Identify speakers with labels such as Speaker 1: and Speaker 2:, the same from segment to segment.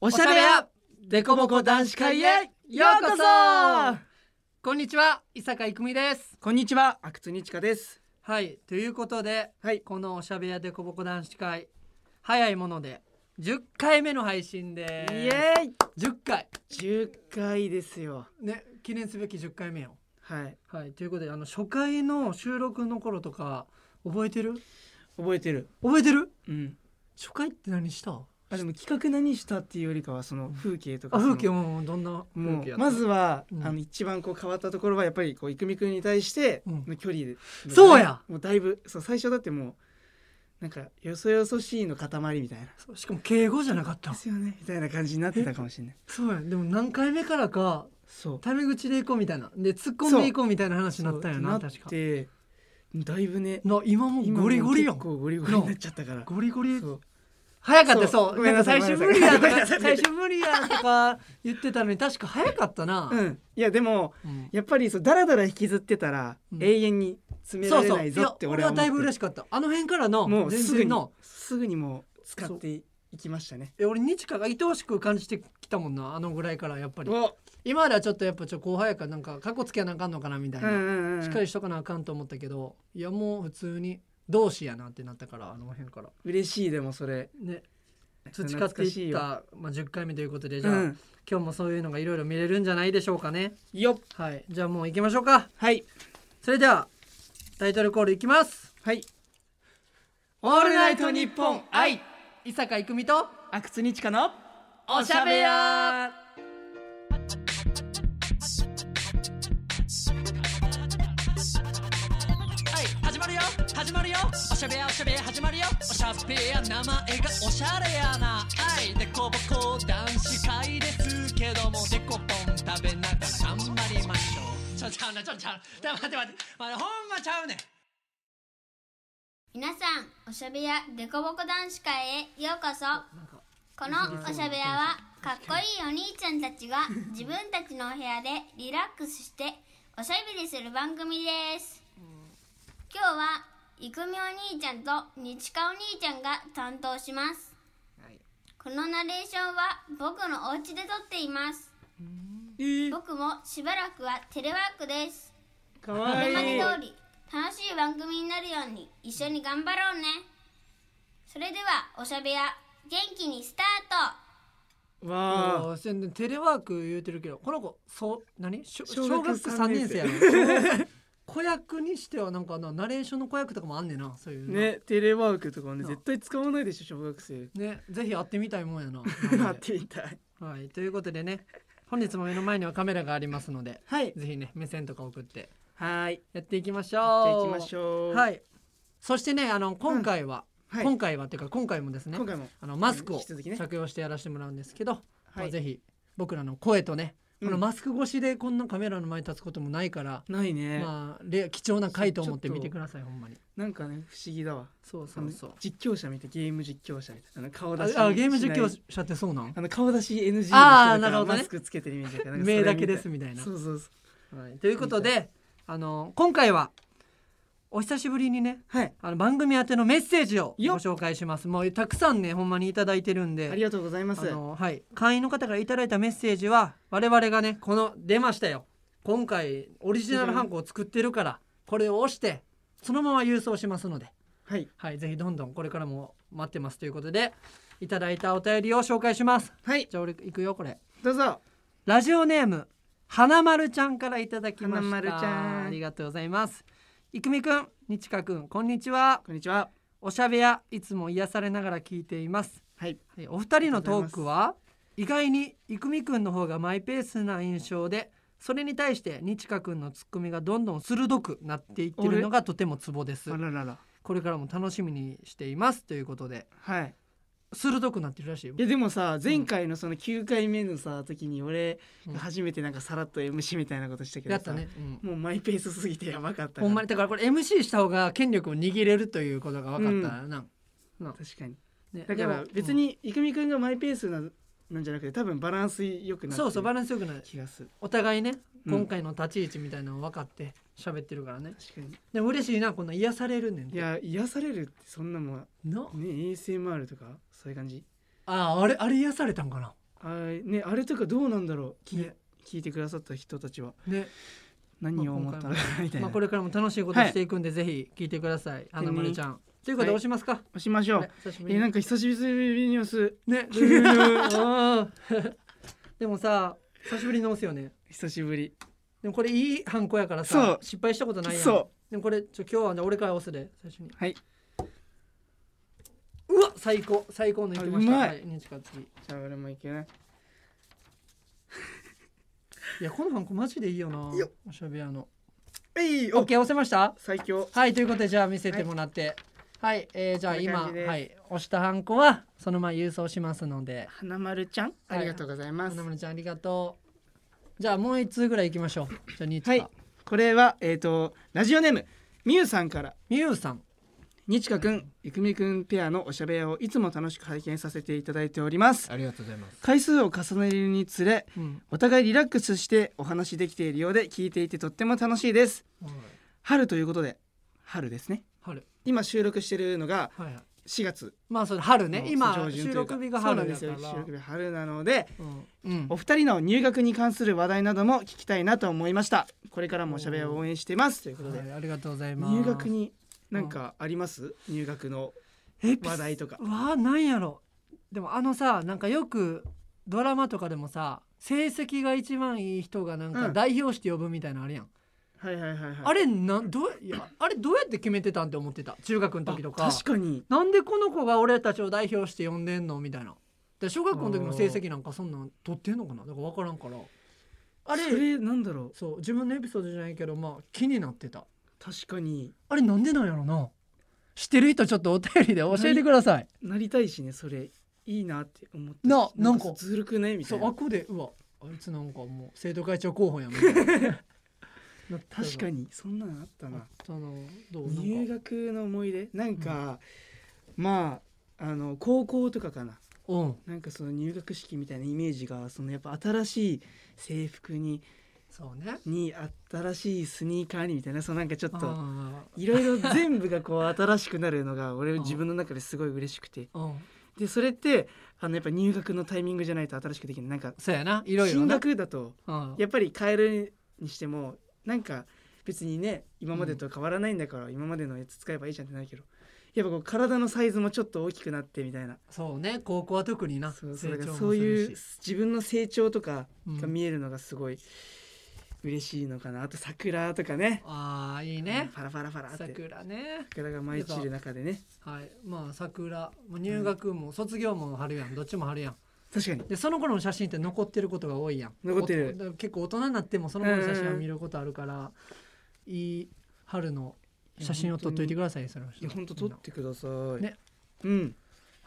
Speaker 1: おしゃべやデコボコ男子会へようこそ
Speaker 2: こんにちは伊坂郁美です
Speaker 1: こんにちは阿久津にちかです
Speaker 2: はいということで、
Speaker 1: はい
Speaker 2: このおしゃべやでこぼこ男子会早いもので10回目の配信
Speaker 1: イ
Speaker 2: で
Speaker 1: エーイ
Speaker 2: 10回
Speaker 1: 10回ですよ
Speaker 2: ね記念すべき10回目よ
Speaker 1: はい
Speaker 2: はいということであの初回の収録の頃とか覚えてる
Speaker 1: 覚えてる
Speaker 2: 覚えてる
Speaker 1: うん
Speaker 2: 初回って何した
Speaker 1: あでも企画何したっていうよりかはその風景とか
Speaker 2: あ風景
Speaker 1: も
Speaker 2: もどんな風
Speaker 1: も
Speaker 2: 景や
Speaker 1: う
Speaker 2: った
Speaker 1: まずは、
Speaker 2: うん
Speaker 1: あの一番こう変わったところはやっぱりこういくみくんに対して
Speaker 2: うん
Speaker 1: の距離で、
Speaker 2: そうや
Speaker 1: もうだいぶそう最初だってもうなんかよそよそしいの塊みたいな
Speaker 2: そうしかも敬語じゃなかった
Speaker 1: ですよねみたいな感じになってたかもしれない
Speaker 2: そうやでも何回目からか
Speaker 1: そう
Speaker 2: タメ口で行こうみたいなで突っ込んでいこうみたいな話になったよな
Speaker 1: そう
Speaker 2: 確か
Speaker 1: ってだいぶね
Speaker 2: な今も
Speaker 1: 今
Speaker 2: ゴリゴリやん
Speaker 1: 結構ゴリゴリになっちゃったから
Speaker 2: ゴリゴリ
Speaker 1: そう
Speaker 2: 早かった
Speaker 1: そう
Speaker 2: そう
Speaker 1: ごめんなさい
Speaker 2: なんか最初無理やと
Speaker 1: ごめんなさ
Speaker 2: か
Speaker 1: い
Speaker 2: 最初無理やとか言ってたのに確か早かったな、
Speaker 1: うんいやでも
Speaker 2: うん
Speaker 1: やっぱりそうダラダラ引きずってたら、
Speaker 2: うん
Speaker 1: 永遠に詰め
Speaker 2: そ
Speaker 1: ら
Speaker 2: う
Speaker 1: れ
Speaker 2: そ
Speaker 1: な
Speaker 2: う
Speaker 1: い
Speaker 2: い
Speaker 1: ぞ
Speaker 2: や
Speaker 1: って俺
Speaker 2: 俺
Speaker 1: は
Speaker 2: は
Speaker 1: 思っ
Speaker 2: だ
Speaker 1: て
Speaker 2: いぶ嬉しかったあの辺からの
Speaker 1: もう
Speaker 2: 全
Speaker 1: すぐ
Speaker 2: 然
Speaker 1: に
Speaker 2: の
Speaker 1: すぐにもう使っていきましたね
Speaker 2: え俺日華が愛おしく感じてきたもんなあのぐらいからやっぱり
Speaker 1: お
Speaker 2: 今まではちょっとやっぱちょっと後輩やからなんかかっこつけなあかんのかなみたい
Speaker 1: うん
Speaker 2: な、
Speaker 1: うんうん
Speaker 2: しっかりしとかなあかんと思ったけどいやもう普通に同志やなってなったからあの辺から
Speaker 1: 嬉しいでもそれ
Speaker 2: ね培って
Speaker 1: 懐かし
Speaker 2: い
Speaker 1: い
Speaker 2: っ
Speaker 1: よ
Speaker 2: た、まあ、10回目ということでじ
Speaker 1: う
Speaker 2: ゃあ、
Speaker 1: ん
Speaker 2: 今日もそういうのがいろいろ見れるんじゃないでしょうかね
Speaker 1: よっ
Speaker 2: はいじゃあもう行きましょうか
Speaker 1: はい
Speaker 2: それではタイトルコールいきます
Speaker 1: はい
Speaker 2: オールナイトニッポン愛伊坂郁美と
Speaker 1: 阿久津にちかの
Speaker 2: おしゃべや
Speaker 3: はい始まるよ始まるよおしゃべやおしゃべや始まるよおしゃべや名前がおしゃれやなはいでこぼこ男子会ですけどもでこぽん食べながら頑張りましょうちょちゃうなちょちゃうな待って待って、まあ、ほんまちゃうねん
Speaker 4: 皆さんおしゃべやデコボコ男子会へようこそこのおしゃべやはかっこいいお兄ちゃんたちが自分たちのお部屋でリラックスしておしゃべりする番組です今日はいくみお兄ちゃんとにちかお兄ちゃんが担当しますこのナレーションは僕のお家で撮っています
Speaker 1: えー、
Speaker 4: 僕もしばらくはテレワークです
Speaker 1: か
Speaker 4: こ
Speaker 1: わ
Speaker 4: れ
Speaker 1: い
Speaker 4: まで
Speaker 1: い
Speaker 4: 通り楽しい番組になるように一緒に頑張ろうねそれではおしゃべや元気にスタート
Speaker 1: わあ
Speaker 2: お宣伝テレワーク言うてるけどこの子そう何小
Speaker 1: 小
Speaker 2: 小
Speaker 1: 学
Speaker 2: 学
Speaker 1: 3
Speaker 2: 3
Speaker 1: 年
Speaker 2: 年
Speaker 1: 生
Speaker 2: 生やろ子役にしてはなんかなナレーションの子役とかもあんねんなそういうの
Speaker 1: ねテレワークとかもね
Speaker 2: な
Speaker 1: 絶対使わないでしょ小学生
Speaker 2: ねぜひ会ってみたいも んやな
Speaker 1: なってみたい
Speaker 2: はいということでね本日も目の前にはカメラがありますので
Speaker 1: はい
Speaker 2: ぜひね目線とか送って
Speaker 1: はーい
Speaker 2: やっていきまし
Speaker 1: じ
Speaker 2: ょう
Speaker 1: ゃあ行きましょう、
Speaker 2: はいいそしてねあの今回は、
Speaker 1: はい、
Speaker 2: 今回はっていうか今回もですね
Speaker 1: 今回も
Speaker 2: あのマスク
Speaker 1: 引
Speaker 2: を
Speaker 1: き続きね
Speaker 2: 着用してやらせてもらうんですけど、ま
Speaker 1: は
Speaker 2: あ、
Speaker 1: い
Speaker 2: ぜひ僕らの声とね、
Speaker 1: うん
Speaker 2: このマスク越しでこんなカメラの前に立つこともないから、
Speaker 1: ないね、
Speaker 2: まあレ貴重な回と思って
Speaker 1: そうちょっと
Speaker 2: 見てくださいほんまに
Speaker 1: なんかね不思議だわ
Speaker 2: そうそうそう
Speaker 1: あの実況者見てゲーム実況者みたいなあの顔
Speaker 2: あ
Speaker 1: 出し
Speaker 2: あゲーム実況
Speaker 1: しない
Speaker 2: 者ってそうなん
Speaker 1: あの顔出し NG の人と
Speaker 2: あー
Speaker 1: か
Speaker 2: なるほどね
Speaker 1: マスクつけてるイメージだからなんかそれ
Speaker 2: 目だけですみたいな
Speaker 1: そうそうそう
Speaker 2: はい、ということであの今回はお久しぶりにね
Speaker 1: はい
Speaker 2: あの番組宛てのメッセージをご
Speaker 1: よっ
Speaker 2: 紹介しますもうたくさんねほんまにいただいてるんで
Speaker 1: ありがとうございます
Speaker 2: あのはい、会員の方からいただいたメッセージは我々がねこの出ましたよ今回オリジナルハンコを作ってるからこれを押してそのまま郵送しますので、
Speaker 1: はい
Speaker 2: はい、ぜひどんどんこれからも待ってますということでいただいたお便りを紹介します
Speaker 1: はい
Speaker 2: じゃあ俺いくよこれ
Speaker 1: どうぞ
Speaker 2: ラジオネーム花丸ちゃんからいただきました
Speaker 1: 花丸ちゃん
Speaker 2: ありがとうございますいくみくんにちかくんこんにちは
Speaker 1: こんにちは
Speaker 2: おしゃべやいつも癒されながら聞いています
Speaker 1: はい
Speaker 2: はいお二人のトークは意外に郁美くんの方がマイペースな印象でそれに対して日華くんのツッコミがどんどん鋭くなっていってるのがとてもツボです
Speaker 1: あららら
Speaker 2: これからも楽しみにしていますということで
Speaker 1: はい
Speaker 2: 鋭くなってるらしいよ
Speaker 1: いやでもさ前回のその9回目のさ時に俺
Speaker 2: うん
Speaker 1: が初めてなんかさらっと MC みたいなことしたけど
Speaker 2: や
Speaker 1: さ
Speaker 2: ったね、うん
Speaker 1: もうマイペースすぎてやばかったから
Speaker 2: ほんまにだからこれ MC した方が権力を握れるということが分かったな、
Speaker 1: 確かに
Speaker 2: ね
Speaker 1: だから
Speaker 2: でも
Speaker 1: 別に郁美くんがマイペースななんじゃなくて多分バランス良く
Speaker 2: うん
Speaker 1: なって
Speaker 2: そうそうバ
Speaker 1: る
Speaker 2: ランスよくない
Speaker 1: 気がする
Speaker 2: お互いね
Speaker 1: うん
Speaker 2: 今回の立ち位置みたいなの分かって喋ってるからね、
Speaker 1: 確かに
Speaker 2: でも嬉しいなこんな癒されるねん
Speaker 1: いや癒されるってそんなもん
Speaker 2: の
Speaker 1: ね ASMR とかそういう感じ
Speaker 2: あああれあれ癒されたんかな
Speaker 1: あれねあれとかどうなんだろう、
Speaker 2: ね
Speaker 1: ね聞いてくださった人たちは
Speaker 2: ね、
Speaker 1: 何を思ったのかみたいな、
Speaker 2: まあ、これからも楽しいことしていくんで、ぜひ聞いてください花丸ちゃんということで
Speaker 1: はい
Speaker 2: 押しますか、
Speaker 1: 押しましょ
Speaker 2: ね
Speaker 1: う
Speaker 2: 久し
Speaker 1: え
Speaker 2: ぶりに
Speaker 1: なんか久しぶりに押す
Speaker 2: ねあー でもさ久しぶりに押すよね
Speaker 1: 久しぶり
Speaker 2: でもこれいいハンコやから
Speaker 1: そ
Speaker 2: さ
Speaker 1: う
Speaker 2: 失敗したことないやん
Speaker 1: そ
Speaker 2: でもこれちょ今日はね俺から押すで最初に
Speaker 1: はい
Speaker 2: うんうわ最高最高のいきました
Speaker 1: あうまい
Speaker 2: はい、二近次
Speaker 1: じゃあ俺もいけない
Speaker 2: いやこのハンコマジでいいよない
Speaker 1: いよ
Speaker 2: おしゃべやの
Speaker 1: えい
Speaker 2: オッ
Speaker 1: お
Speaker 2: ケー押せました
Speaker 1: 最強
Speaker 2: はいということでじゃあ見せてもらってはい、えーじゃあ
Speaker 1: こんな
Speaker 2: 今
Speaker 1: 感じです
Speaker 2: はい押したハンコはそのまま郵送しますので
Speaker 1: 花丸ちゃん
Speaker 2: はい
Speaker 1: ありがとうございます、
Speaker 2: 花村ちゃんありがとうじゃあもう一通ぐらい行きましょうじゃあ二通
Speaker 1: はいこれはえっ、とラジオネームみゆさんから
Speaker 2: みゆうさん
Speaker 1: にちかくん、ゆくみくんペアのおしゃべりをいつも楽しく拝見させていただいております。
Speaker 5: ありがとうございます。
Speaker 1: 回数を重ねるにつれ、
Speaker 2: うん
Speaker 1: お互いリラックスしてお話できているようで聞いていてとっても楽しいです。春ということで、春ですね。
Speaker 2: 春
Speaker 1: 今収録してるのが
Speaker 2: はいはい
Speaker 1: 4月
Speaker 2: まあそれ春ね
Speaker 1: の
Speaker 2: 今
Speaker 1: 上旬とい
Speaker 2: 収
Speaker 1: うか
Speaker 2: 録日が
Speaker 1: そうな
Speaker 2: 春
Speaker 1: んで
Speaker 2: だ
Speaker 1: す
Speaker 2: か
Speaker 1: よ
Speaker 2: ら
Speaker 1: 収録日春なので、
Speaker 2: うんうん
Speaker 1: お二人の入学に関する話題なども聞きたいなと思いました。これからもおしゃべりを応援していますということで、
Speaker 2: はいありがとうございます
Speaker 1: 入学になんかあります？入学の
Speaker 2: え
Speaker 1: 話題とか。
Speaker 2: わあなんやろでもあのさなんかよくドラマとかでもさ成績が一番いい人がなんか
Speaker 1: うん
Speaker 2: 代表して呼ぶみたいなのあるやん、
Speaker 1: はいはいはいはい。
Speaker 2: あれなんどういやあれどうやって決めてたんって思ってた中学の時とか
Speaker 1: あ確かに
Speaker 2: なんでこの子が俺たちを代表して呼んでんのみたいなで小学校の時の成績なんかそんなん取ってんのかなだから分からんからあ
Speaker 1: あれそ
Speaker 2: れ
Speaker 1: れなんだろう
Speaker 2: そう自分のエピソードじゃないけどまあ気になってた
Speaker 1: 確かに
Speaker 2: あれなんでなんやろな知ってる人ちょっとお便りで教えてください
Speaker 1: なりたいしねそれいいなって思って
Speaker 2: ななんか
Speaker 1: ずるくねみた
Speaker 2: そ
Speaker 1: いう
Speaker 2: あ
Speaker 1: な
Speaker 2: っこでうわあいつなんかもう生徒会長候補やみたいななった な
Speaker 1: 確かにそんなのあった
Speaker 2: あっ
Speaker 1: な
Speaker 2: たなどうな
Speaker 1: 入
Speaker 2: んか
Speaker 1: 学の思い出なんか、まああの高校とかかな
Speaker 2: うん
Speaker 1: なんかその入学式みたいなイメージがそのやっぱ新しい制服に
Speaker 2: そうね
Speaker 1: に新しいスニーカーにみたいなそのなんかちょっと
Speaker 2: あ
Speaker 1: いろいろ全部がこう新しくなるのが俺
Speaker 2: うん
Speaker 1: 自分の中ですごい嬉しくて
Speaker 2: ーうん
Speaker 1: でそれってあのやっぱ入学のタイミングじゃないと新しくできないなんか
Speaker 2: そうやないろいろ
Speaker 1: 進
Speaker 2: な
Speaker 1: 学だと
Speaker 2: うん
Speaker 1: やっぱり変えるにしてもなんか別にね今までと変わらないんだから、今までのやつ使えばいいじゃんってなるけどやっぱこう体のサイズもちょっと大きくなってみたいな
Speaker 2: そうね高校は特にな
Speaker 1: そうそ
Speaker 2: 成
Speaker 1: れが
Speaker 2: 長も
Speaker 1: そうい
Speaker 2: す
Speaker 1: う
Speaker 2: るし
Speaker 1: 自分の成長とか
Speaker 2: う
Speaker 1: が
Speaker 2: ん
Speaker 1: 見えるのがすごい嬉しいのかな、あと桜とかね
Speaker 2: ああいいね
Speaker 1: パラパラパラって
Speaker 2: 桜ね
Speaker 1: 桜が舞い散る中でね
Speaker 2: はいまあ桜もう入学も卒業も春やんどっちも春やん
Speaker 1: 確かに
Speaker 2: でその頃の写真って残ってることが多いやん
Speaker 1: 残ってる
Speaker 2: おとだから結構大人になってもその頃の写真を見ることあるからいい春の写真を撮っといてくださいそれ
Speaker 1: いや本当撮ってください
Speaker 2: ね
Speaker 1: うん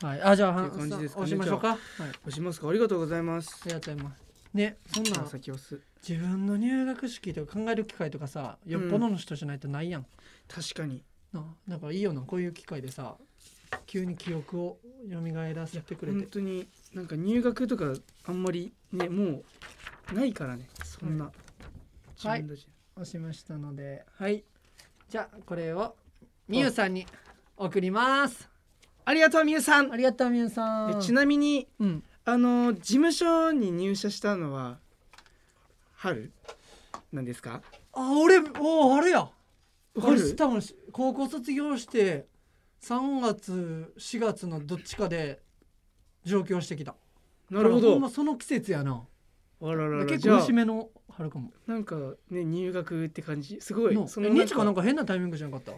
Speaker 2: はいあじゃあは
Speaker 1: っていう感じですかね
Speaker 2: 押しましょうかはいあ
Speaker 1: 押しますかありがとうございます
Speaker 2: りがとうございますねそん
Speaker 1: じ
Speaker 2: な
Speaker 1: ゃあ先押す
Speaker 2: 自分の入学式とか考える機会とかさよっぽどの人じゃないとないやん
Speaker 1: 確かに
Speaker 2: ななんかいいよなこういう機会でさ急に記憶を蘇らせてくれ
Speaker 1: 本
Speaker 2: て
Speaker 1: 当になんか入学とかあんまりねもうないからねそんな、
Speaker 2: は
Speaker 1: 自分たち
Speaker 2: 押しましたので
Speaker 1: はい
Speaker 2: じゃあこれをみゆさんに送ります
Speaker 1: ありがとうみゆさん
Speaker 2: ありがとうみゆさん
Speaker 1: えちなみに
Speaker 2: うん
Speaker 1: あの事務所に入社したのは春なんですか
Speaker 2: あ俺おあれや俺
Speaker 1: 春
Speaker 2: 多分高校卒業して3月4月のどっちかで上京してきた
Speaker 1: なるほ
Speaker 2: だからん
Speaker 1: ど
Speaker 2: まその季節やな
Speaker 1: あららら
Speaker 2: 結
Speaker 1: じ
Speaker 2: 構
Speaker 1: ゃあ
Speaker 2: 節目の春かも
Speaker 1: なんかね入学って感じすごい
Speaker 2: の
Speaker 1: その
Speaker 2: えにちかなん
Speaker 1: か
Speaker 2: か変なタイミングじゃ なかった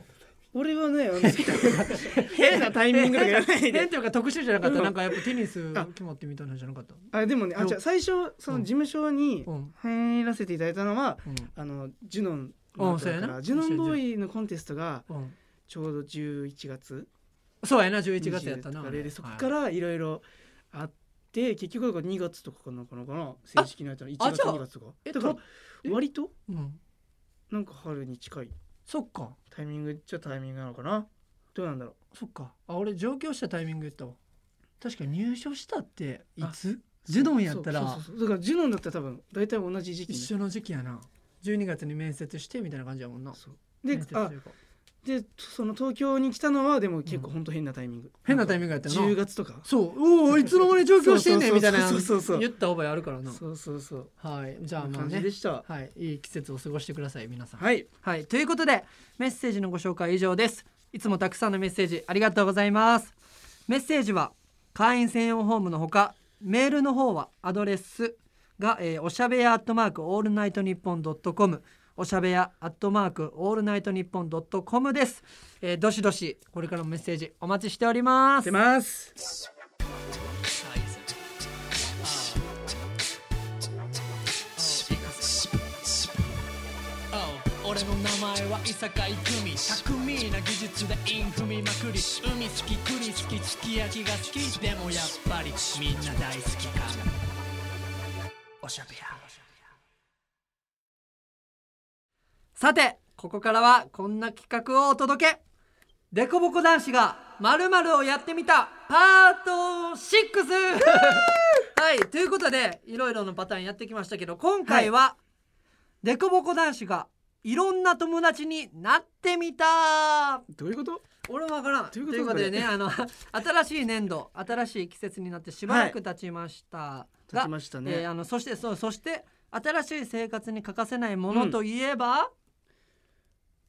Speaker 1: 俺はねあの 変なタイミングとか言わない
Speaker 2: 変
Speaker 1: で
Speaker 2: というか特殊じゃなかった、
Speaker 1: うん
Speaker 2: なんかやっぱテニス決まってみたいなんじゃなかった
Speaker 1: あでもねあじゃあ最初その事務所に
Speaker 2: うん
Speaker 1: 入らせていただいたのは
Speaker 2: うん
Speaker 1: あのジュノンの後だか
Speaker 2: あそうやな
Speaker 1: らジュノンボーイのコンテストが
Speaker 2: うん
Speaker 1: ちょうど11月
Speaker 2: そうやな11月やったな
Speaker 1: 20とかででそこから
Speaker 2: はい
Speaker 1: いろいろあって結局だから2月とかかなかなかな正式にやったの1
Speaker 2: あ
Speaker 1: 月
Speaker 2: じゃあ
Speaker 1: 2月とか
Speaker 2: え
Speaker 1: だから
Speaker 2: とえ
Speaker 1: 割と
Speaker 2: うん
Speaker 1: なんか春に近い
Speaker 2: そっか
Speaker 1: タイミングっちゃタイミングなのかなどうなんだろ
Speaker 2: そっかあ俺上京したタイミングやったわ確かに入所したっていつ
Speaker 1: う
Speaker 2: ジュノンやっ
Speaker 1: そ
Speaker 2: た
Speaker 1: う
Speaker 2: ら
Speaker 1: そうそうそうだからジュノンだったら多分大体同じ時期ね
Speaker 2: 一緒の時期やな12月に面接してみたいな感じやもんな
Speaker 1: そうで
Speaker 2: 面接と
Speaker 1: あ
Speaker 2: いうか
Speaker 1: でその東京に来たのはでも結構本当変なタイミング、
Speaker 2: 変なタイミングやったよな
Speaker 1: 10月とか
Speaker 2: そうおおいつの間に上京してんねんみたいな
Speaker 1: そうそうそうそう
Speaker 2: 言った覚えあるからな
Speaker 1: そうそうそう
Speaker 2: はいじゃあ
Speaker 1: こんな
Speaker 2: ま
Speaker 1: 感
Speaker 2: あ
Speaker 1: じ
Speaker 2: ね
Speaker 1: でした
Speaker 2: はいいい季節を過ごしてください皆さん
Speaker 1: はい
Speaker 2: はい、ということでメッセージのご紹介以上ですいつもたくさんのメッセージありがとうございますメッセージは会員専用ホームのほかメールの方はアドレスが、えーおしゃべやアットマークオールナイトニッポンドットコムおしゃべやアットマークオールナイトニッポンドットコムです、えーどしどしこれからもメッセージお待ちしております
Speaker 1: 出ます
Speaker 3: 俺の名前は伊坂郁美巧みな技術でイン踏みまくり海好き栗好きすき焼きが好きでもやっぱりみんな大好きかおしゃべり
Speaker 2: さてここからはこんな企画をお届けデコボコ男子がまるまるをやってみたパート 6! はいということでいろいろなパターンやってきましたけど今回は、デコボコ男子がいろんな友達になってみた
Speaker 1: どういうこと
Speaker 2: 俺もわからんと
Speaker 1: と
Speaker 2: い
Speaker 1: いうう
Speaker 2: こ
Speaker 1: ことと
Speaker 2: でね
Speaker 1: こ
Speaker 2: あの 新しい年度新しい季節になってしばらく経ちましたが、
Speaker 1: 立ちましたね、
Speaker 2: えーあのそしてそうそして新しい生活に欠かせないものといえば、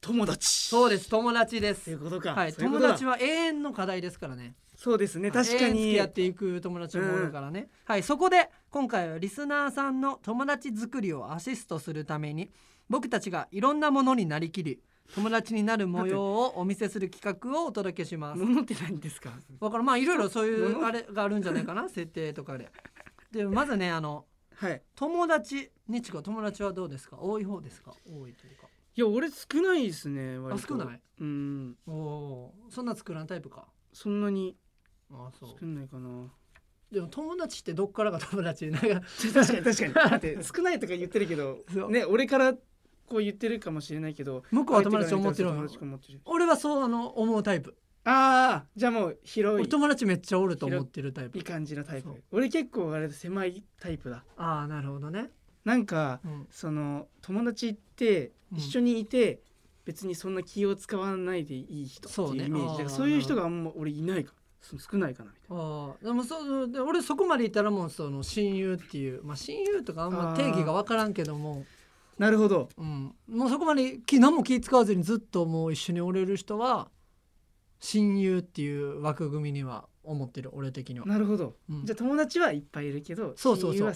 Speaker 1: 友達
Speaker 2: そうです友達で
Speaker 1: とい
Speaker 2: す
Speaker 1: う。ことか、
Speaker 2: はい
Speaker 1: そういうこ
Speaker 2: 友
Speaker 1: とだ
Speaker 2: 達は永遠の課題ですからね。
Speaker 1: そうですね確か
Speaker 2: 永遠付
Speaker 1: に
Speaker 2: き合っていく友達もおるからね。はいそこで今回はリスナーさんの友達作りをアシストするために僕たちがいろんなものになりきり友達になる模様をお見せする企画をお届けします。
Speaker 1: 物って何ですか
Speaker 2: だからんまあいろいろそういう
Speaker 1: 物
Speaker 2: あれがあるんじゃな いかな設定とかで。でまずねあの
Speaker 1: はい
Speaker 2: 友達にちこ友達はどうですか多い方ですか多いというか。
Speaker 1: いや俺少ないですね割
Speaker 2: あ
Speaker 1: と
Speaker 2: 少ない。
Speaker 1: うん
Speaker 2: おおーそんな作らんタイプか。
Speaker 1: そんなに
Speaker 2: あそう。
Speaker 1: 少ないかな
Speaker 2: でも友達ってどっからが友達 なんか
Speaker 1: 確かに確かにだって少ないとか言ってるけ ど
Speaker 2: そう
Speaker 1: ね俺からこう言ってるかもしれないけど
Speaker 2: 向こうは友達と思ってる
Speaker 1: 相手から見
Speaker 2: の
Speaker 1: たら友達と思ってる
Speaker 2: 俺はそうあの思うタイプ
Speaker 1: ああじゃあもう広
Speaker 2: 俺
Speaker 1: い
Speaker 2: 友達めっちゃおると思ってるタイ
Speaker 1: い
Speaker 2: プ
Speaker 1: い感じのタイプ
Speaker 2: そう
Speaker 1: 俺結構あれ狭いタイプだ
Speaker 2: ああなるほどね、
Speaker 1: なんか
Speaker 2: うん、
Speaker 1: その友達って
Speaker 2: うん
Speaker 1: 一緒にいて、別にそんな気を使わないでいい人って
Speaker 2: そうね
Speaker 1: いうイメージだから
Speaker 2: あー
Speaker 1: そういう人があんま俺いないかそ少ないかなみたい
Speaker 2: ああでもそうで俺そこまでいったらもうその親友っていうまあ親友とかあんま定義が分からんけども、
Speaker 1: ななるほど
Speaker 2: うん、もうそこまでき何も気使わずにずっともう一緒におれる人は親友っていう枠組みには思ってる俺的には、
Speaker 1: なるほど、
Speaker 2: うん
Speaker 1: じゃあ友達はいっぱいいるけど
Speaker 2: そうそうそう
Speaker 1: 親友は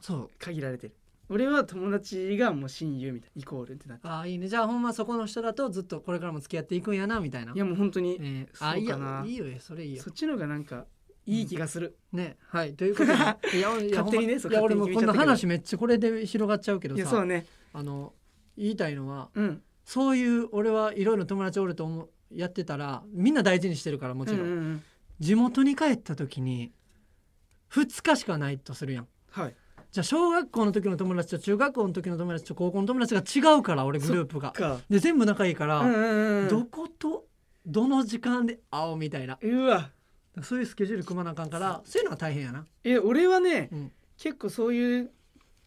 Speaker 2: そう
Speaker 1: 限られてる俺は友達がもう親友みたいなイコールってなって
Speaker 2: ああいいねじゃあほんまそこの人だとずっとこれからも付き合っていくんやなみたいない
Speaker 1: やもう本当に、
Speaker 2: ね
Speaker 1: そうかな
Speaker 2: あいいよいいよそれいいよ
Speaker 1: そっちの方がなんかいい気がする、
Speaker 2: ねはいというこ とでいやいや
Speaker 1: 勝手にね
Speaker 2: ほ
Speaker 1: そう
Speaker 2: んまいや
Speaker 1: 勝手
Speaker 2: 俺も
Speaker 1: に決めちゃったけど
Speaker 2: こんな話めっちゃこれで広がっちゃうけど
Speaker 1: いやそう
Speaker 2: さ
Speaker 1: ね
Speaker 2: あの言いたいのは
Speaker 1: うん
Speaker 2: そういう俺はいろいろ友達おると思うやってたらみんな大事にしてるからもちろん、
Speaker 1: うんうんうん
Speaker 2: 地元に帰った時に2日しかないとするやん
Speaker 1: はい
Speaker 2: じゃあ小学校の時の友達と中学校の時の友達と高校の友達が違うから俺グループが
Speaker 1: か
Speaker 2: で全部仲いいから、
Speaker 1: うんうんうん
Speaker 2: どことどの時間で会おうみたいな
Speaker 1: うわ
Speaker 2: そういうスケジュール組まなあかんからそういうのは大変やな、
Speaker 1: え俺はね、
Speaker 2: うん
Speaker 1: 結構そういう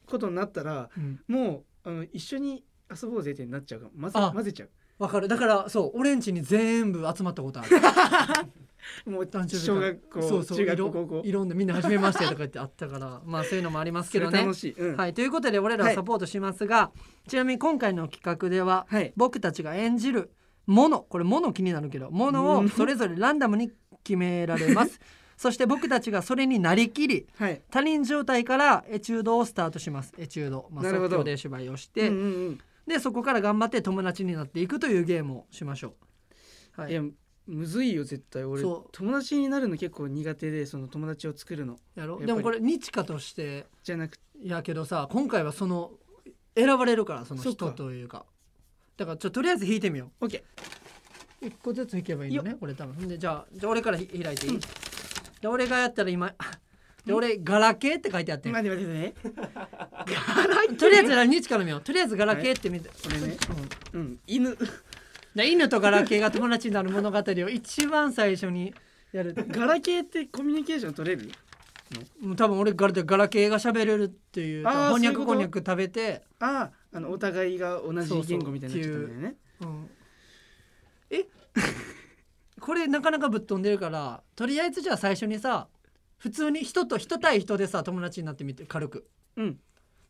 Speaker 1: ことになったらもうあの一緒に遊ぼうぜってなっちゃうかも混ぜ
Speaker 2: あ
Speaker 1: 混ぜちゃ
Speaker 2: わかるだからそう俺んちに全部集まったこと ある
Speaker 1: うもう
Speaker 2: 誕生日会
Speaker 1: 小学校
Speaker 2: そうそう
Speaker 1: 中
Speaker 2: いろ
Speaker 1: 学校高校
Speaker 2: いろんなみんな初めましてとか言ってあったから まあそういうのもありますけど
Speaker 1: それ
Speaker 2: ね
Speaker 1: 楽しい、うん、
Speaker 2: はいということで俺らはサポートしますが、ちなみに今回の企画では、
Speaker 1: はい
Speaker 2: 僕たちが演じるものこれもの気になるけどものをそれぞれランダムに決められます そして僕たちがそれになりきり
Speaker 1: はい
Speaker 2: 他人状態からエチュードをスタートしますエチュード、まあ、
Speaker 1: なるほ
Speaker 2: 即
Speaker 1: ど
Speaker 2: 興で芝居をして、
Speaker 1: うんうんうん、
Speaker 2: でそこから頑張って友達になっていくというゲームをしましょう。はいい、い
Speaker 1: やむずいよ絶対俺
Speaker 2: そう
Speaker 1: 友達になるの結構苦手でその友達を作るの
Speaker 2: や
Speaker 1: やっ
Speaker 2: ろ
Speaker 1: ぱり
Speaker 2: でもこれ日課として
Speaker 1: じゃなくて
Speaker 2: やけどさ今回はその選ばれるからその
Speaker 1: そっか
Speaker 2: 人というかだからちょっととりあえず引いてみよ
Speaker 1: OK
Speaker 2: う1個ずつ引けばいいのねこれ多分でじゃあじゃあ俺からひ開いていい、で俺がやったら今で俺「ガラケー」って書いてあってん
Speaker 1: 待って待ってね
Speaker 2: とりあえずじゃあ日課の見ようとりあえず「ガラケー」って見て、
Speaker 1: これね
Speaker 2: うん
Speaker 1: うん犬
Speaker 2: で犬とガラケーが友達になる物語を一番最初にやる
Speaker 1: ガラケーってコミュニケーション取れる
Speaker 2: もう多分俺ガラガラケーが喋れるっていう
Speaker 1: あー
Speaker 2: こんにゃ
Speaker 1: そう
Speaker 2: く
Speaker 1: いうこと
Speaker 2: こんにゃく食べて、
Speaker 1: あああのお互いが同じ言語みたいになっちゃったんだよね
Speaker 2: うん これなかなかぶっ飛んでるからとりあえずじゃあ最初にさ普通に人と人対人でさ友達になってみて軽く。
Speaker 1: うん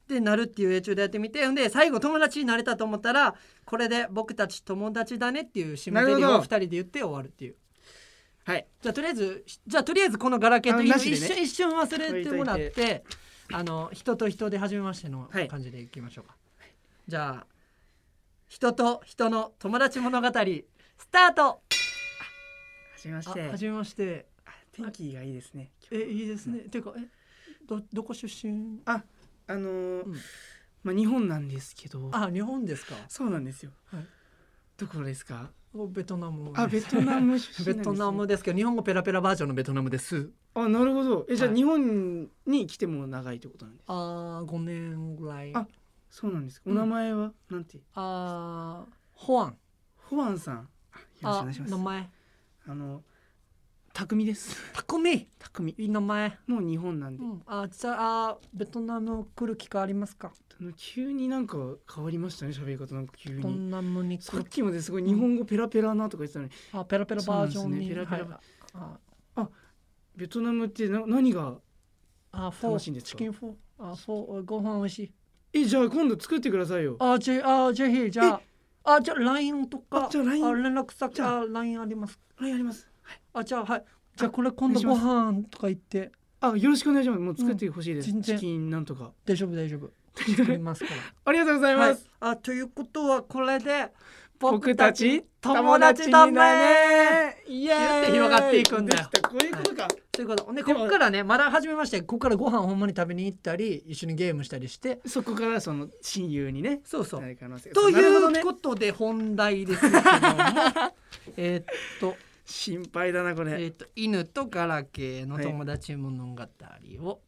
Speaker 2: でなるっていう A 中でやってみてんで最後友達になれたと思ったらこれで僕たち友達だねっていう締め
Speaker 1: な
Speaker 2: 切り
Speaker 1: るほ
Speaker 2: を
Speaker 1: ど
Speaker 2: 2人で言って終わるっていう
Speaker 1: はい
Speaker 2: じゃあとりあえずじゃあとりあえずこのガラケーと
Speaker 1: あ
Speaker 2: 今
Speaker 1: なしで
Speaker 2: 一
Speaker 1: ね
Speaker 2: 瞬一瞬忘れてもらっ
Speaker 1: 置いと
Speaker 2: てあの人と人で初めましての
Speaker 1: はい
Speaker 2: 感じでいきましょうか、じゃあ人と人の友達物語スタート
Speaker 1: はじめまし
Speaker 2: あ
Speaker 1: て
Speaker 2: 初めまして
Speaker 1: あ天気がいいですね
Speaker 2: えいいですねていうかえどどこ出身
Speaker 1: ああのー
Speaker 2: うん
Speaker 1: まあ日本なんですけど
Speaker 2: あ日本ですか
Speaker 1: そうなんですよ、
Speaker 2: はい
Speaker 1: どこですか
Speaker 2: おベトナム
Speaker 1: あベトナム出身なんです、ね、
Speaker 2: ベトナムですけど日本語ペラペラバージョンのベトナムです
Speaker 1: あなるほどえじゃあ
Speaker 2: はい
Speaker 1: 日本に来ても長いってことなんです
Speaker 2: あー5年ぐらい
Speaker 1: あそうなんですか
Speaker 2: う
Speaker 1: お
Speaker 2: ん
Speaker 1: 名前は、なんて
Speaker 2: あーホアン
Speaker 1: ホワンさんあよろしくお
Speaker 2: あ
Speaker 1: 願いします
Speaker 2: 名前
Speaker 1: あの匠です
Speaker 2: タコミ
Speaker 1: 匠
Speaker 2: いい名前
Speaker 1: もう日本なんで、
Speaker 2: うん、あじゃあベトナム来る機会ありますか
Speaker 1: あの急になんか変わりましたね喋り方なんか急
Speaker 2: ベ
Speaker 1: に、
Speaker 2: トナムに来
Speaker 1: さっ
Speaker 2: る
Speaker 1: きまですごい日本語ペラペラなとか言ってたのに、
Speaker 2: あペラペラバージョ
Speaker 1: そう
Speaker 2: ンに、
Speaker 1: なんですねペラペラ
Speaker 2: はいあ
Speaker 1: ベトナムってな何が
Speaker 2: あフォ
Speaker 1: 楽しいんで
Speaker 2: ー
Speaker 1: すか
Speaker 2: チキンフォーあフォーご飯美味しい
Speaker 1: えじゃあ今度作ってくださいよ
Speaker 2: あじゃあぜひじゃああじゃあ LINE とか
Speaker 1: あじゃあ LINE
Speaker 2: 連絡先
Speaker 1: じゃあ
Speaker 2: あ LINE あります
Speaker 1: はいやります
Speaker 2: あじゃあはいじゃあこれ今
Speaker 1: お願
Speaker 2: 度
Speaker 1: いし
Speaker 2: ご
Speaker 1: ます
Speaker 2: 飯とか言って
Speaker 1: あよろしくお願いしますもう作ってほしいです、
Speaker 2: うん全然
Speaker 1: チキンなんとか
Speaker 2: 大丈夫大丈夫作ります から
Speaker 1: ありがとうございます、
Speaker 2: はい、あということはこれで
Speaker 1: 僕たち
Speaker 2: 友達だ
Speaker 1: 友達
Speaker 2: ね
Speaker 1: イ
Speaker 2: って広がっていくんだよ
Speaker 1: できたこういうことか、
Speaker 2: ということでここからねまだ始めましてここからご飯ほんまに食べに行ったり一緒にゲームしたりして
Speaker 1: そこからその親友にね
Speaker 2: そうそ
Speaker 1: な
Speaker 2: う
Speaker 1: る可能性が
Speaker 2: と
Speaker 1: なるほど
Speaker 2: い
Speaker 1: ね
Speaker 2: うことで本題ですけ どもえーっと
Speaker 1: 心配だなこ
Speaker 2: え
Speaker 1: れ
Speaker 2: ーっと犬とガラケーの友達物語を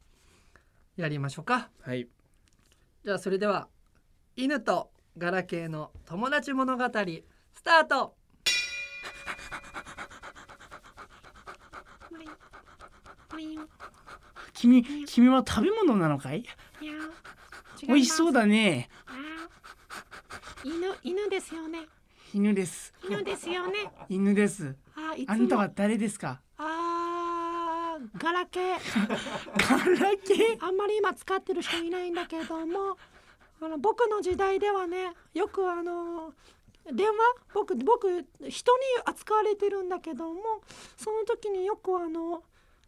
Speaker 2: やりましょうか
Speaker 1: はい
Speaker 2: じゃあそれでは犬とガラケーの友達物語スタート
Speaker 1: 君君は食べ物なのかい
Speaker 5: いや
Speaker 1: 美味しそう
Speaker 5: だ
Speaker 1: だね
Speaker 5: 犬犬ですよね
Speaker 1: 犬です
Speaker 5: 犬ですよね
Speaker 1: 犬です
Speaker 5: あいつも
Speaker 1: あなたは誰ですか
Speaker 5: あーガラケー
Speaker 1: ガラケー
Speaker 5: あんまり今使ってる人いないんだけどもあの僕の時代ではねよくあの電話僕僕人に扱われてるんだけどもその時によくあの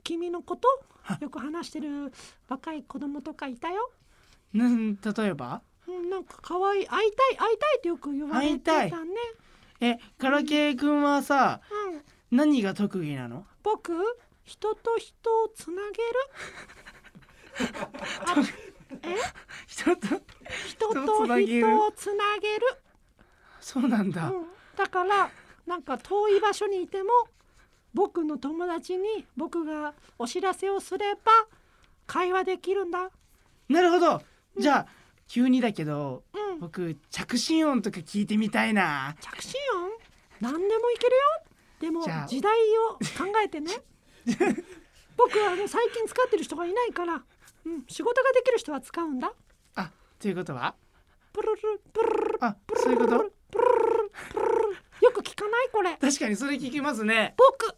Speaker 5: 君のことよく話してる若い子供とかいたよ。
Speaker 1: なん例えば
Speaker 5: うんなんか可愛い会いたい会いたいってよく言われてた
Speaker 1: 会
Speaker 5: ね
Speaker 1: い。たえガラケーくんはさ
Speaker 5: うん
Speaker 1: 何が特技なの
Speaker 5: 僕人と人をつなげる
Speaker 1: 人と
Speaker 5: 人と人
Speaker 1: 人を
Speaker 5: を
Speaker 1: つ
Speaker 5: つ
Speaker 1: な
Speaker 5: な
Speaker 1: げ
Speaker 5: げ
Speaker 1: る
Speaker 5: る、
Speaker 1: そうなん
Speaker 5: う
Speaker 1: だ、
Speaker 5: ん、だからなんか遠い場所にいても僕の友達に僕がお知らせをすれば会話できるんだ
Speaker 1: なるほどじゃあ急にだけど
Speaker 5: うん
Speaker 1: 僕着信音とか聞いてみたいな
Speaker 5: 着信音何でもいけるよでも
Speaker 1: じゃあ
Speaker 5: 時代を考えてね僕はあの最近使ってる人がいないから、うん、仕事ができる人は使うんだ
Speaker 1: あということは
Speaker 5: プルルプルル
Speaker 1: あそういうこと
Speaker 5: よく聞かないこれ
Speaker 1: 確かにそれ聞きますね
Speaker 5: 僕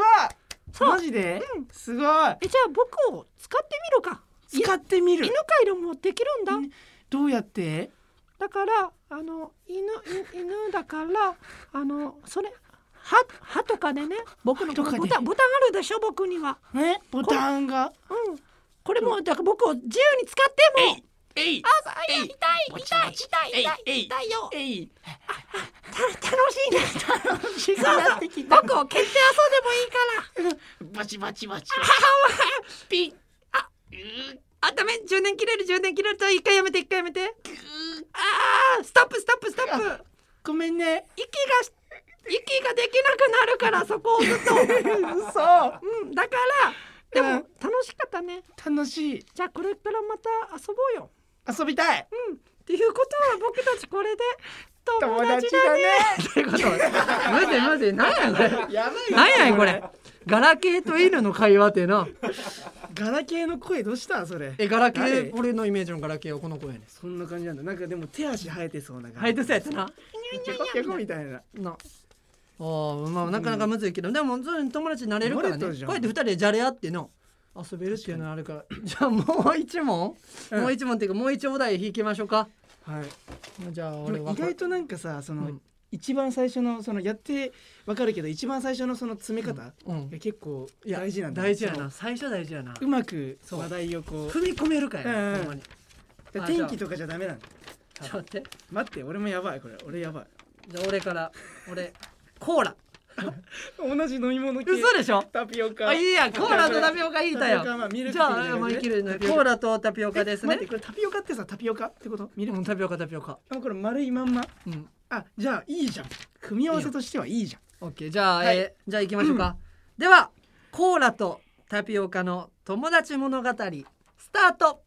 Speaker 1: うわ
Speaker 5: そう
Speaker 1: マジで、
Speaker 5: うん
Speaker 1: すごい
Speaker 5: えじゃあ僕を使ってみるかい
Speaker 1: 使ってみ
Speaker 5: 犬
Speaker 1: る
Speaker 5: 回路もできるんだ、
Speaker 1: ねどうやって
Speaker 5: だからあの犬い犬だからあのそれ歯歯とかでね僕
Speaker 1: 歯
Speaker 5: の
Speaker 1: とかで
Speaker 5: ボタンボタンあるでしょ僕には
Speaker 1: えボタンが
Speaker 5: うんこれもうだから僕を自由に使っても
Speaker 1: えい
Speaker 5: ああいや痛い
Speaker 1: ぼち
Speaker 5: 痛
Speaker 1: ぼ
Speaker 5: い
Speaker 1: ち
Speaker 5: 痛い痛
Speaker 1: えいえ
Speaker 5: い
Speaker 1: い
Speaker 5: 痛いよ
Speaker 1: えい
Speaker 5: た楽しい ね
Speaker 1: 違う
Speaker 5: そうそう僕を蹴って遊んでもいいから
Speaker 1: バチバチバチ
Speaker 2: ピッああダメ充電切れる充電切れると一回やめて一回やめてあーストップストップストップ
Speaker 1: ごめんね
Speaker 2: 息がし息ができなくなるからそこをずっと
Speaker 1: 嘘
Speaker 5: うんだからでも
Speaker 1: うん
Speaker 5: 楽しかったね
Speaker 1: 楽しい
Speaker 5: じゃあこれからまた遊ぼうよ
Speaker 1: 遊びたい
Speaker 5: っていうことは僕たちこれで友
Speaker 1: 友
Speaker 5: 達
Speaker 1: 達
Speaker 5: だね
Speaker 1: だね
Speaker 2: ってことマジでマジで何やこれ
Speaker 1: やばい
Speaker 2: 何やこれガラケーと犬の会話ってな
Speaker 1: ガラケーの声どうしたそれ
Speaker 2: えガラケ
Speaker 1: 誰
Speaker 2: ー俺のイメージのガラケーはこの声ね
Speaker 1: そんな感じなんだなんかでも手足生えてそうな感じ
Speaker 2: ハイトセやつな
Speaker 1: ペコペコみたいな
Speaker 2: なああまあなかなかむずいけど、でもそういうの友達になれるからね
Speaker 1: な
Speaker 2: こ
Speaker 1: れ
Speaker 2: う
Speaker 1: たじゃん
Speaker 2: やって二人でじゃれ合っての遊べるっていうのあるからじゃあもう一問、
Speaker 1: うん
Speaker 2: もう一問っていうかもう一お題引きましょうか
Speaker 1: はい
Speaker 2: じゃあ
Speaker 1: で
Speaker 2: 俺
Speaker 1: も
Speaker 2: は
Speaker 1: 意外となんかさその、
Speaker 2: うん
Speaker 1: 一番最初のそのやってわかるけど一番最初のその詰め方が
Speaker 2: うん
Speaker 1: 結構
Speaker 2: いや
Speaker 1: 大事なんだ
Speaker 2: 大事やな最初大事やな
Speaker 1: うまく
Speaker 2: そう
Speaker 1: 話題をこう
Speaker 2: 踏み込めるか
Speaker 1: うんうん
Speaker 2: やほんまにち
Speaker 1: だから
Speaker 2: あじゃ
Speaker 1: 天
Speaker 2: あ
Speaker 1: 気とかじゃダメなんだ
Speaker 2: ょっと待って
Speaker 1: 待って俺もやばいこれ俺やばい
Speaker 2: じゃあ俺から俺コーラ
Speaker 1: 同じ飲み物系
Speaker 2: 嘘でしょ
Speaker 1: タピオカ
Speaker 2: あいいやコーラとタピオカ言いたよ
Speaker 1: タピオカまあミルク
Speaker 2: じ
Speaker 1: ティー
Speaker 2: ゃあ
Speaker 1: み
Speaker 2: マイ
Speaker 1: た
Speaker 2: ケ
Speaker 1: い
Speaker 2: ル
Speaker 1: な
Speaker 2: の
Speaker 1: ね
Speaker 2: コーラとタピオカです
Speaker 1: え待っ
Speaker 2: ね
Speaker 1: てこれタピオカってさタピオカってことミル
Speaker 2: う
Speaker 1: ク
Speaker 2: んタピオカタピオカ
Speaker 1: あこれ丸いまんま
Speaker 2: うん
Speaker 1: あじゃあいいじゃん組み合わせとしてはいいじゃん
Speaker 2: オッケーじゃあ、
Speaker 1: はい
Speaker 2: えーじゃあ行きましょうか、ではコーラとタピオカの友達物語スタート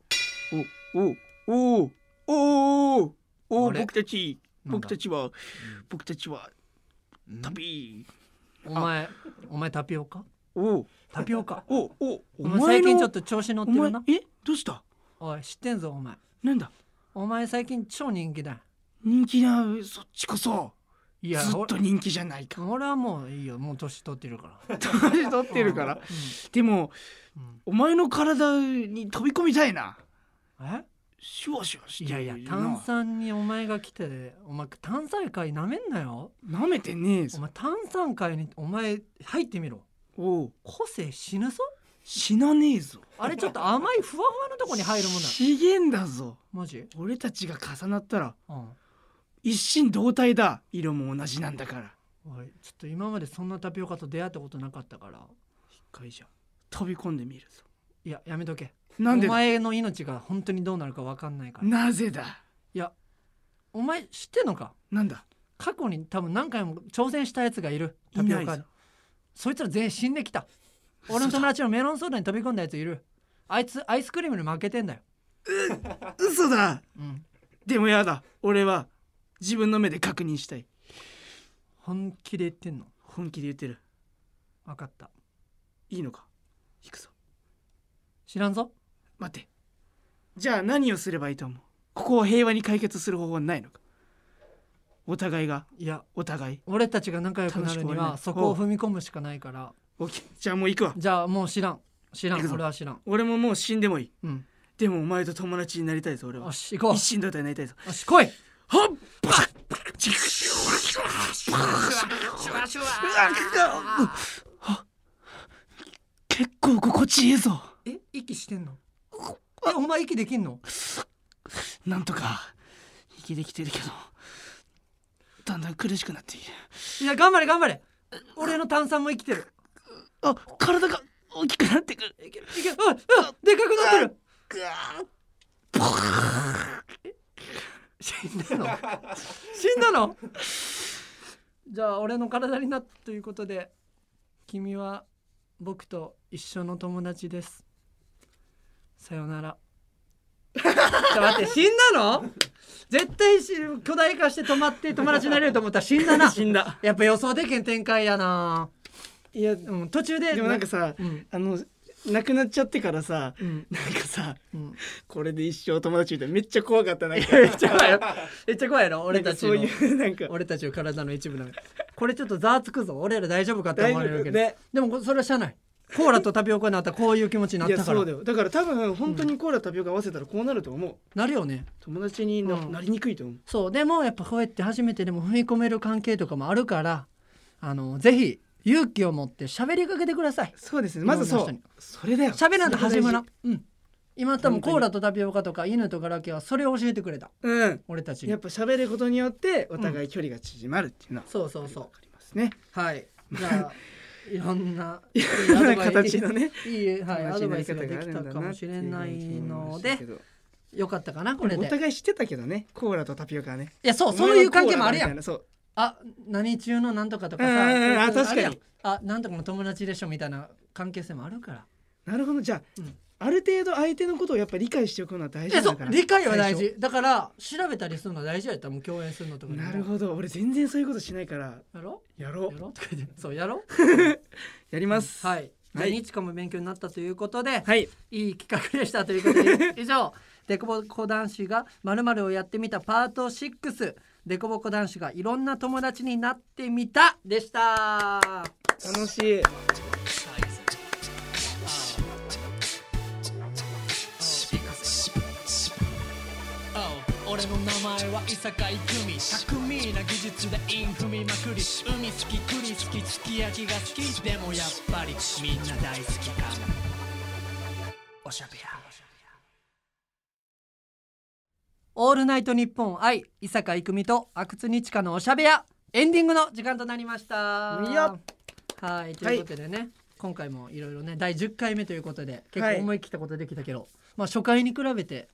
Speaker 6: おおおおおお
Speaker 2: あれ
Speaker 6: 僕たち
Speaker 2: なんだ
Speaker 6: 僕たちは僕たちは旅
Speaker 2: お前お前タピオカ
Speaker 6: お
Speaker 2: タピオカ
Speaker 6: おお
Speaker 2: お前最近ちょっ
Speaker 6: と
Speaker 2: と調子乗
Speaker 6: お
Speaker 2: ってる
Speaker 6: 前
Speaker 2: な
Speaker 6: えどうした
Speaker 2: おい知ってんぞお前
Speaker 6: なんだ
Speaker 2: お前最近超人気だ
Speaker 6: 人気なそっちこそ
Speaker 2: い
Speaker 6: ず
Speaker 2: や
Speaker 6: っと
Speaker 2: 俺
Speaker 6: 人気じゃない か
Speaker 2: 俺はもういいよもう年取ってる から
Speaker 6: 年取ってるからでも
Speaker 2: うん
Speaker 6: お前の体に飛び込みたいな
Speaker 2: え
Speaker 6: シュワシュワし
Speaker 2: い
Speaker 6: て
Speaker 2: や
Speaker 6: る
Speaker 2: いや
Speaker 6: な
Speaker 2: 炭酸にお前が来てお前炭酸界なめんなよ
Speaker 6: 舐めてねえ
Speaker 2: お
Speaker 6: ぞ
Speaker 2: 前炭酸界にお前入ってみろ
Speaker 6: おう
Speaker 2: 個性死ぬぞ
Speaker 6: 死なねえぞ
Speaker 2: あれちょっと甘いふわふわのとこに入るもんだ
Speaker 6: 資源だぞ
Speaker 2: マジ
Speaker 6: 俺たちが重なったら
Speaker 2: うん
Speaker 6: 一心同体だ色も同じなんだから
Speaker 2: おいちょっと今までそんなタピオカと出会ったことなかったから
Speaker 6: 一回じゃ飛び込んでみるぞ
Speaker 2: いややめとけ
Speaker 6: なんで
Speaker 2: お
Speaker 6: だ
Speaker 2: 前の命が本当にどうなるか分かんないから
Speaker 6: なぜだ
Speaker 2: いやお前知ってんのか
Speaker 6: なんだ
Speaker 2: 過去に多分何回も挑戦したやつがいるタピオ
Speaker 6: い
Speaker 2: カ
Speaker 6: ない
Speaker 2: に
Speaker 6: ぞ
Speaker 2: そいつら全員死んできた俺の友達のメロンソーダに飛び込んだやついるあいつアイスクリームに負けてんだよ、
Speaker 6: 嘘だ
Speaker 2: うん、
Speaker 6: でもやだ俺は自分の目で確認したい
Speaker 2: 本気で言ってんの
Speaker 6: 本気で言ってる
Speaker 2: 分かった
Speaker 6: いいのか行くぞ
Speaker 2: 知らんぞ
Speaker 6: 待ってじゃあ何をすればいいと思うここを平和に解決する方法はないのかお互いが
Speaker 2: いや
Speaker 6: お互い
Speaker 2: 俺たちが仲良くなるに
Speaker 6: 楽しく終わり
Speaker 2: は
Speaker 6: ね
Speaker 2: そこを踏み込むしかないから
Speaker 6: オッケーじゃあもう行くわ
Speaker 2: じゃあもう知らん知ら
Speaker 6: 行く
Speaker 2: ん
Speaker 6: ぞ
Speaker 2: 俺は知らん
Speaker 6: 俺ももう死んでもいい
Speaker 2: うん
Speaker 6: でもお前と友達になりたいぞ俺は
Speaker 2: よし行こ
Speaker 6: 一心同体になりたいぞ
Speaker 2: うよし来い
Speaker 6: はっ結構心地いいぞ
Speaker 2: え息してんのえお前息できんの
Speaker 6: なんとか息できてるけどだんだん苦しくなっている
Speaker 2: いや頑張れ頑張れ俺の炭酸も生きてる
Speaker 6: あ体が大きくなってくる
Speaker 2: いけいけうんうんでかくなってる死んだの死んだのじゃあ俺の体になったということで君は僕と一緒の友達ですさよならちょ待って死んだの絶対し巨大化して止まって友達になれると思ったら死んだな
Speaker 1: 死んだ
Speaker 2: やっぱ予想できん展開やない
Speaker 1: や
Speaker 2: うん途中で
Speaker 1: でもなんかさ
Speaker 2: うん
Speaker 1: あのなくなっちゃってからさ
Speaker 2: うん
Speaker 1: なんかさ
Speaker 2: うん
Speaker 1: これで一生友達みたいなめっちゃ怖かった な
Speaker 2: めっちゃ怖いよめっちゃ怖いの俺たちの
Speaker 1: なんかそういうなんか
Speaker 2: 俺たちの体の一部なのこれちょっとざわつくぞ俺ら大丈夫かって思われるけど、
Speaker 1: 大丈
Speaker 2: でもこそれはしゃあないコーラとタピオカになったらこういう気持ちにないっ
Speaker 1: や
Speaker 2: たか
Speaker 1: そ
Speaker 2: ら
Speaker 1: うだよだから多分本当にコーラタピオカ合わせたらこうなると思う
Speaker 2: なるよね
Speaker 1: 友達にな,、
Speaker 2: うん
Speaker 1: なりにくいと思う
Speaker 2: そうでもやっぱこうやって初めてでも踏み込める関係とかもあるからあのぜひ勇気を持って喋りかけてください
Speaker 1: そうですねまずそ
Speaker 2: いろん
Speaker 1: う
Speaker 2: な
Speaker 1: それだよ
Speaker 2: 喋らんと始まら
Speaker 1: そ
Speaker 2: んうん今多分コーラとタピオカとか犬とガラケーはそれを教えてくれた
Speaker 1: れ大事
Speaker 2: 俺たち
Speaker 1: うんや
Speaker 2: に
Speaker 1: っぱ喋ることによってお互い距離が縮まるっていうのは
Speaker 2: そうそうそう
Speaker 1: ありますね、
Speaker 2: はい。じゃあ、いろんな、い
Speaker 1: いろん
Speaker 2: ア
Speaker 1: な
Speaker 2: ドバイ
Speaker 1: 形のね。
Speaker 2: いい、はい、ア
Speaker 1: 友達
Speaker 2: ド
Speaker 1: にな
Speaker 2: バ
Speaker 1: り
Speaker 2: イ
Speaker 1: 方
Speaker 2: スがで
Speaker 1: があ
Speaker 2: き
Speaker 1: るん
Speaker 2: た
Speaker 1: だな
Speaker 2: かもしれないの
Speaker 1: っていうふうに思いました
Speaker 2: で
Speaker 1: け、ど
Speaker 2: よかったかな、これ
Speaker 1: お
Speaker 2: で。い
Speaker 1: 互い知ってたけどねコーラとタピオカはね
Speaker 2: や、そう、そういう関係もあるや
Speaker 1: お前
Speaker 2: ん。
Speaker 1: はコーラだみたいなそう
Speaker 2: あ、何中のなんとかとか
Speaker 1: うんうんうん
Speaker 2: さ、
Speaker 1: あ確かに
Speaker 2: るやん。あ、なんとかの友達でしょみたいな関係性もあるから。
Speaker 1: なるほどじゃあ、
Speaker 2: うん
Speaker 1: ある程度相手のことをやっぱ理解しておくのは大
Speaker 2: い
Speaker 1: 事な
Speaker 2: や、
Speaker 1: ん
Speaker 2: そ
Speaker 1: だ
Speaker 2: う
Speaker 1: か、ら
Speaker 2: 理解は大
Speaker 1: 最初
Speaker 2: 事。だから、調べたりするの大事やったら、もう共演するのとか。
Speaker 1: なる。ほど俺全然そういうことしないから
Speaker 2: やろ
Speaker 1: やろう
Speaker 2: やろとか言ってそう、やろ
Speaker 1: やります
Speaker 2: はい。じゃあ、
Speaker 1: はい
Speaker 2: 日かも勉強になったということで、
Speaker 1: はい
Speaker 2: いい企画でしたということで以上デコボコ男子がまるをやってみたパート6デコボコ男子がいろんな友達になってみたでした
Speaker 1: 楽し い。
Speaker 3: 俺の名前は伊坂郁美巧みな技術でイン踏みまくり海好き栗好きすき焼きが好きでもやっぱりみんな大好きかおしゃべり
Speaker 2: オールナイトニッポン愛伊坂郁美と阿久津にちかのおしゃべやエンディングの時間となりました
Speaker 1: いいよ
Speaker 2: はいということでね、今回もいろいろね第10回目ということで結
Speaker 1: は
Speaker 2: 構
Speaker 1: い
Speaker 2: 思い切ったことできたけど、まあ初回に比べて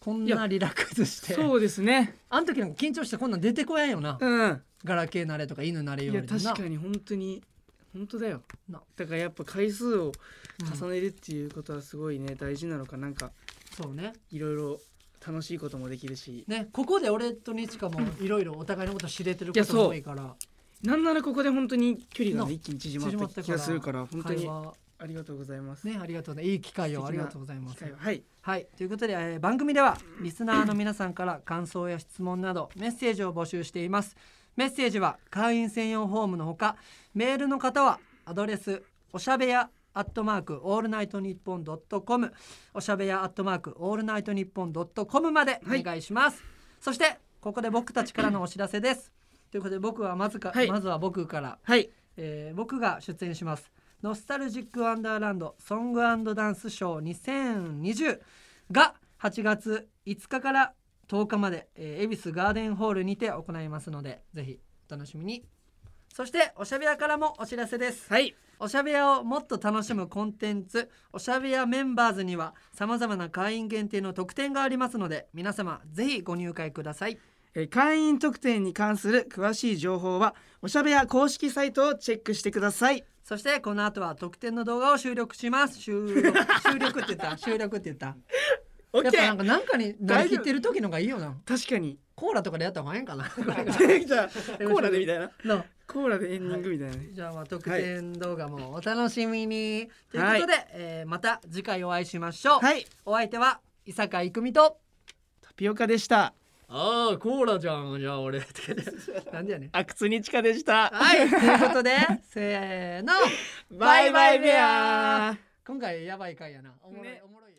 Speaker 2: こん
Speaker 1: い
Speaker 2: な
Speaker 1: や
Speaker 2: リラックスして
Speaker 1: そうですね。
Speaker 2: あの時なんか緊張してこんなん出てこやんよな、
Speaker 1: うん。
Speaker 2: ガラケーなれとか犬なれよ
Speaker 1: い
Speaker 2: り
Speaker 1: や
Speaker 2: もな
Speaker 1: 確かに本当に本当だよ
Speaker 2: な
Speaker 1: だからやっぱ回数を
Speaker 2: うん
Speaker 1: 重ねるっていうことはすごいね、大事なのかなんか
Speaker 2: そうね
Speaker 1: いろいろ楽しいこともできるし
Speaker 2: ねここで俺とにちかもいろいろお互いのこと知れて
Speaker 1: い
Speaker 2: るこ
Speaker 1: や
Speaker 2: とが
Speaker 1: そう
Speaker 2: 多いから
Speaker 1: なんならここで本当に距離がね、
Speaker 2: な
Speaker 1: 一気に縮まった気がするから本当
Speaker 2: 会
Speaker 1: に
Speaker 2: 話
Speaker 1: ありがとうございます。
Speaker 2: ねありがとうねいい機会
Speaker 1: 素敵
Speaker 2: を
Speaker 1: な
Speaker 2: ありがとうございます
Speaker 1: 機会をはい
Speaker 2: はいということで、えー番組ではリスナーの皆さんから感想や質問などメッセージを募集していますメッセージは会員専用フォームのほかメールの方はアドレスおしゃべやアットマークオールナイトニッポンドットコムおしゃべやアットマークオールナイトニッポンドットコムまでお願いします、そしてここで僕たちからのお知らせですということで僕はまずか、
Speaker 1: はい
Speaker 2: まずは僕から
Speaker 1: はい
Speaker 2: えー僕が出演します「ノスタルジック・ワンダーランドソングダンスショー2020」が8月5日から10日まで、えー、恵比寿ガーデンホールにて行いますのでぜひお楽しみにそしておしゃべやからもお知らせです
Speaker 1: はい
Speaker 2: おしゃべやをもっと楽しむコンテンツおしゃべやメンバーズにはさまざまな会員限定の特典がありますので皆様ぜひご入会ください
Speaker 1: えー会員特典に関する詳しい情報はおしゃべや公式サイトをチェックしてください。
Speaker 2: そしてこの後は特典の動画を収録します。収録収録って言 った収録って言った。
Speaker 1: オッ
Speaker 2: やっ
Speaker 1: ケ
Speaker 2: ぱなん
Speaker 1: ー
Speaker 2: かなんかになりきってる時の方がいいよな。
Speaker 1: 確かに
Speaker 2: コーラとかでやった方がいいんかな。こ れ が
Speaker 1: じゃあコーラでみたいな
Speaker 2: の
Speaker 1: コーラでエンディングみたいなね。
Speaker 2: じゃあまあ特典動画もお楽しみに。ということで、えーまた次回お会いしましょう。
Speaker 1: はい
Speaker 2: お相手は伊坂郁美と。
Speaker 1: タピオカでした。
Speaker 2: ああコーラじゃんじゃあ俺。 なんでやねん。
Speaker 1: 阿久津にちかでした。
Speaker 2: はい ということでせーの
Speaker 1: バイバイベア。
Speaker 2: 今回やばい回やな。おもろい、おもろいや。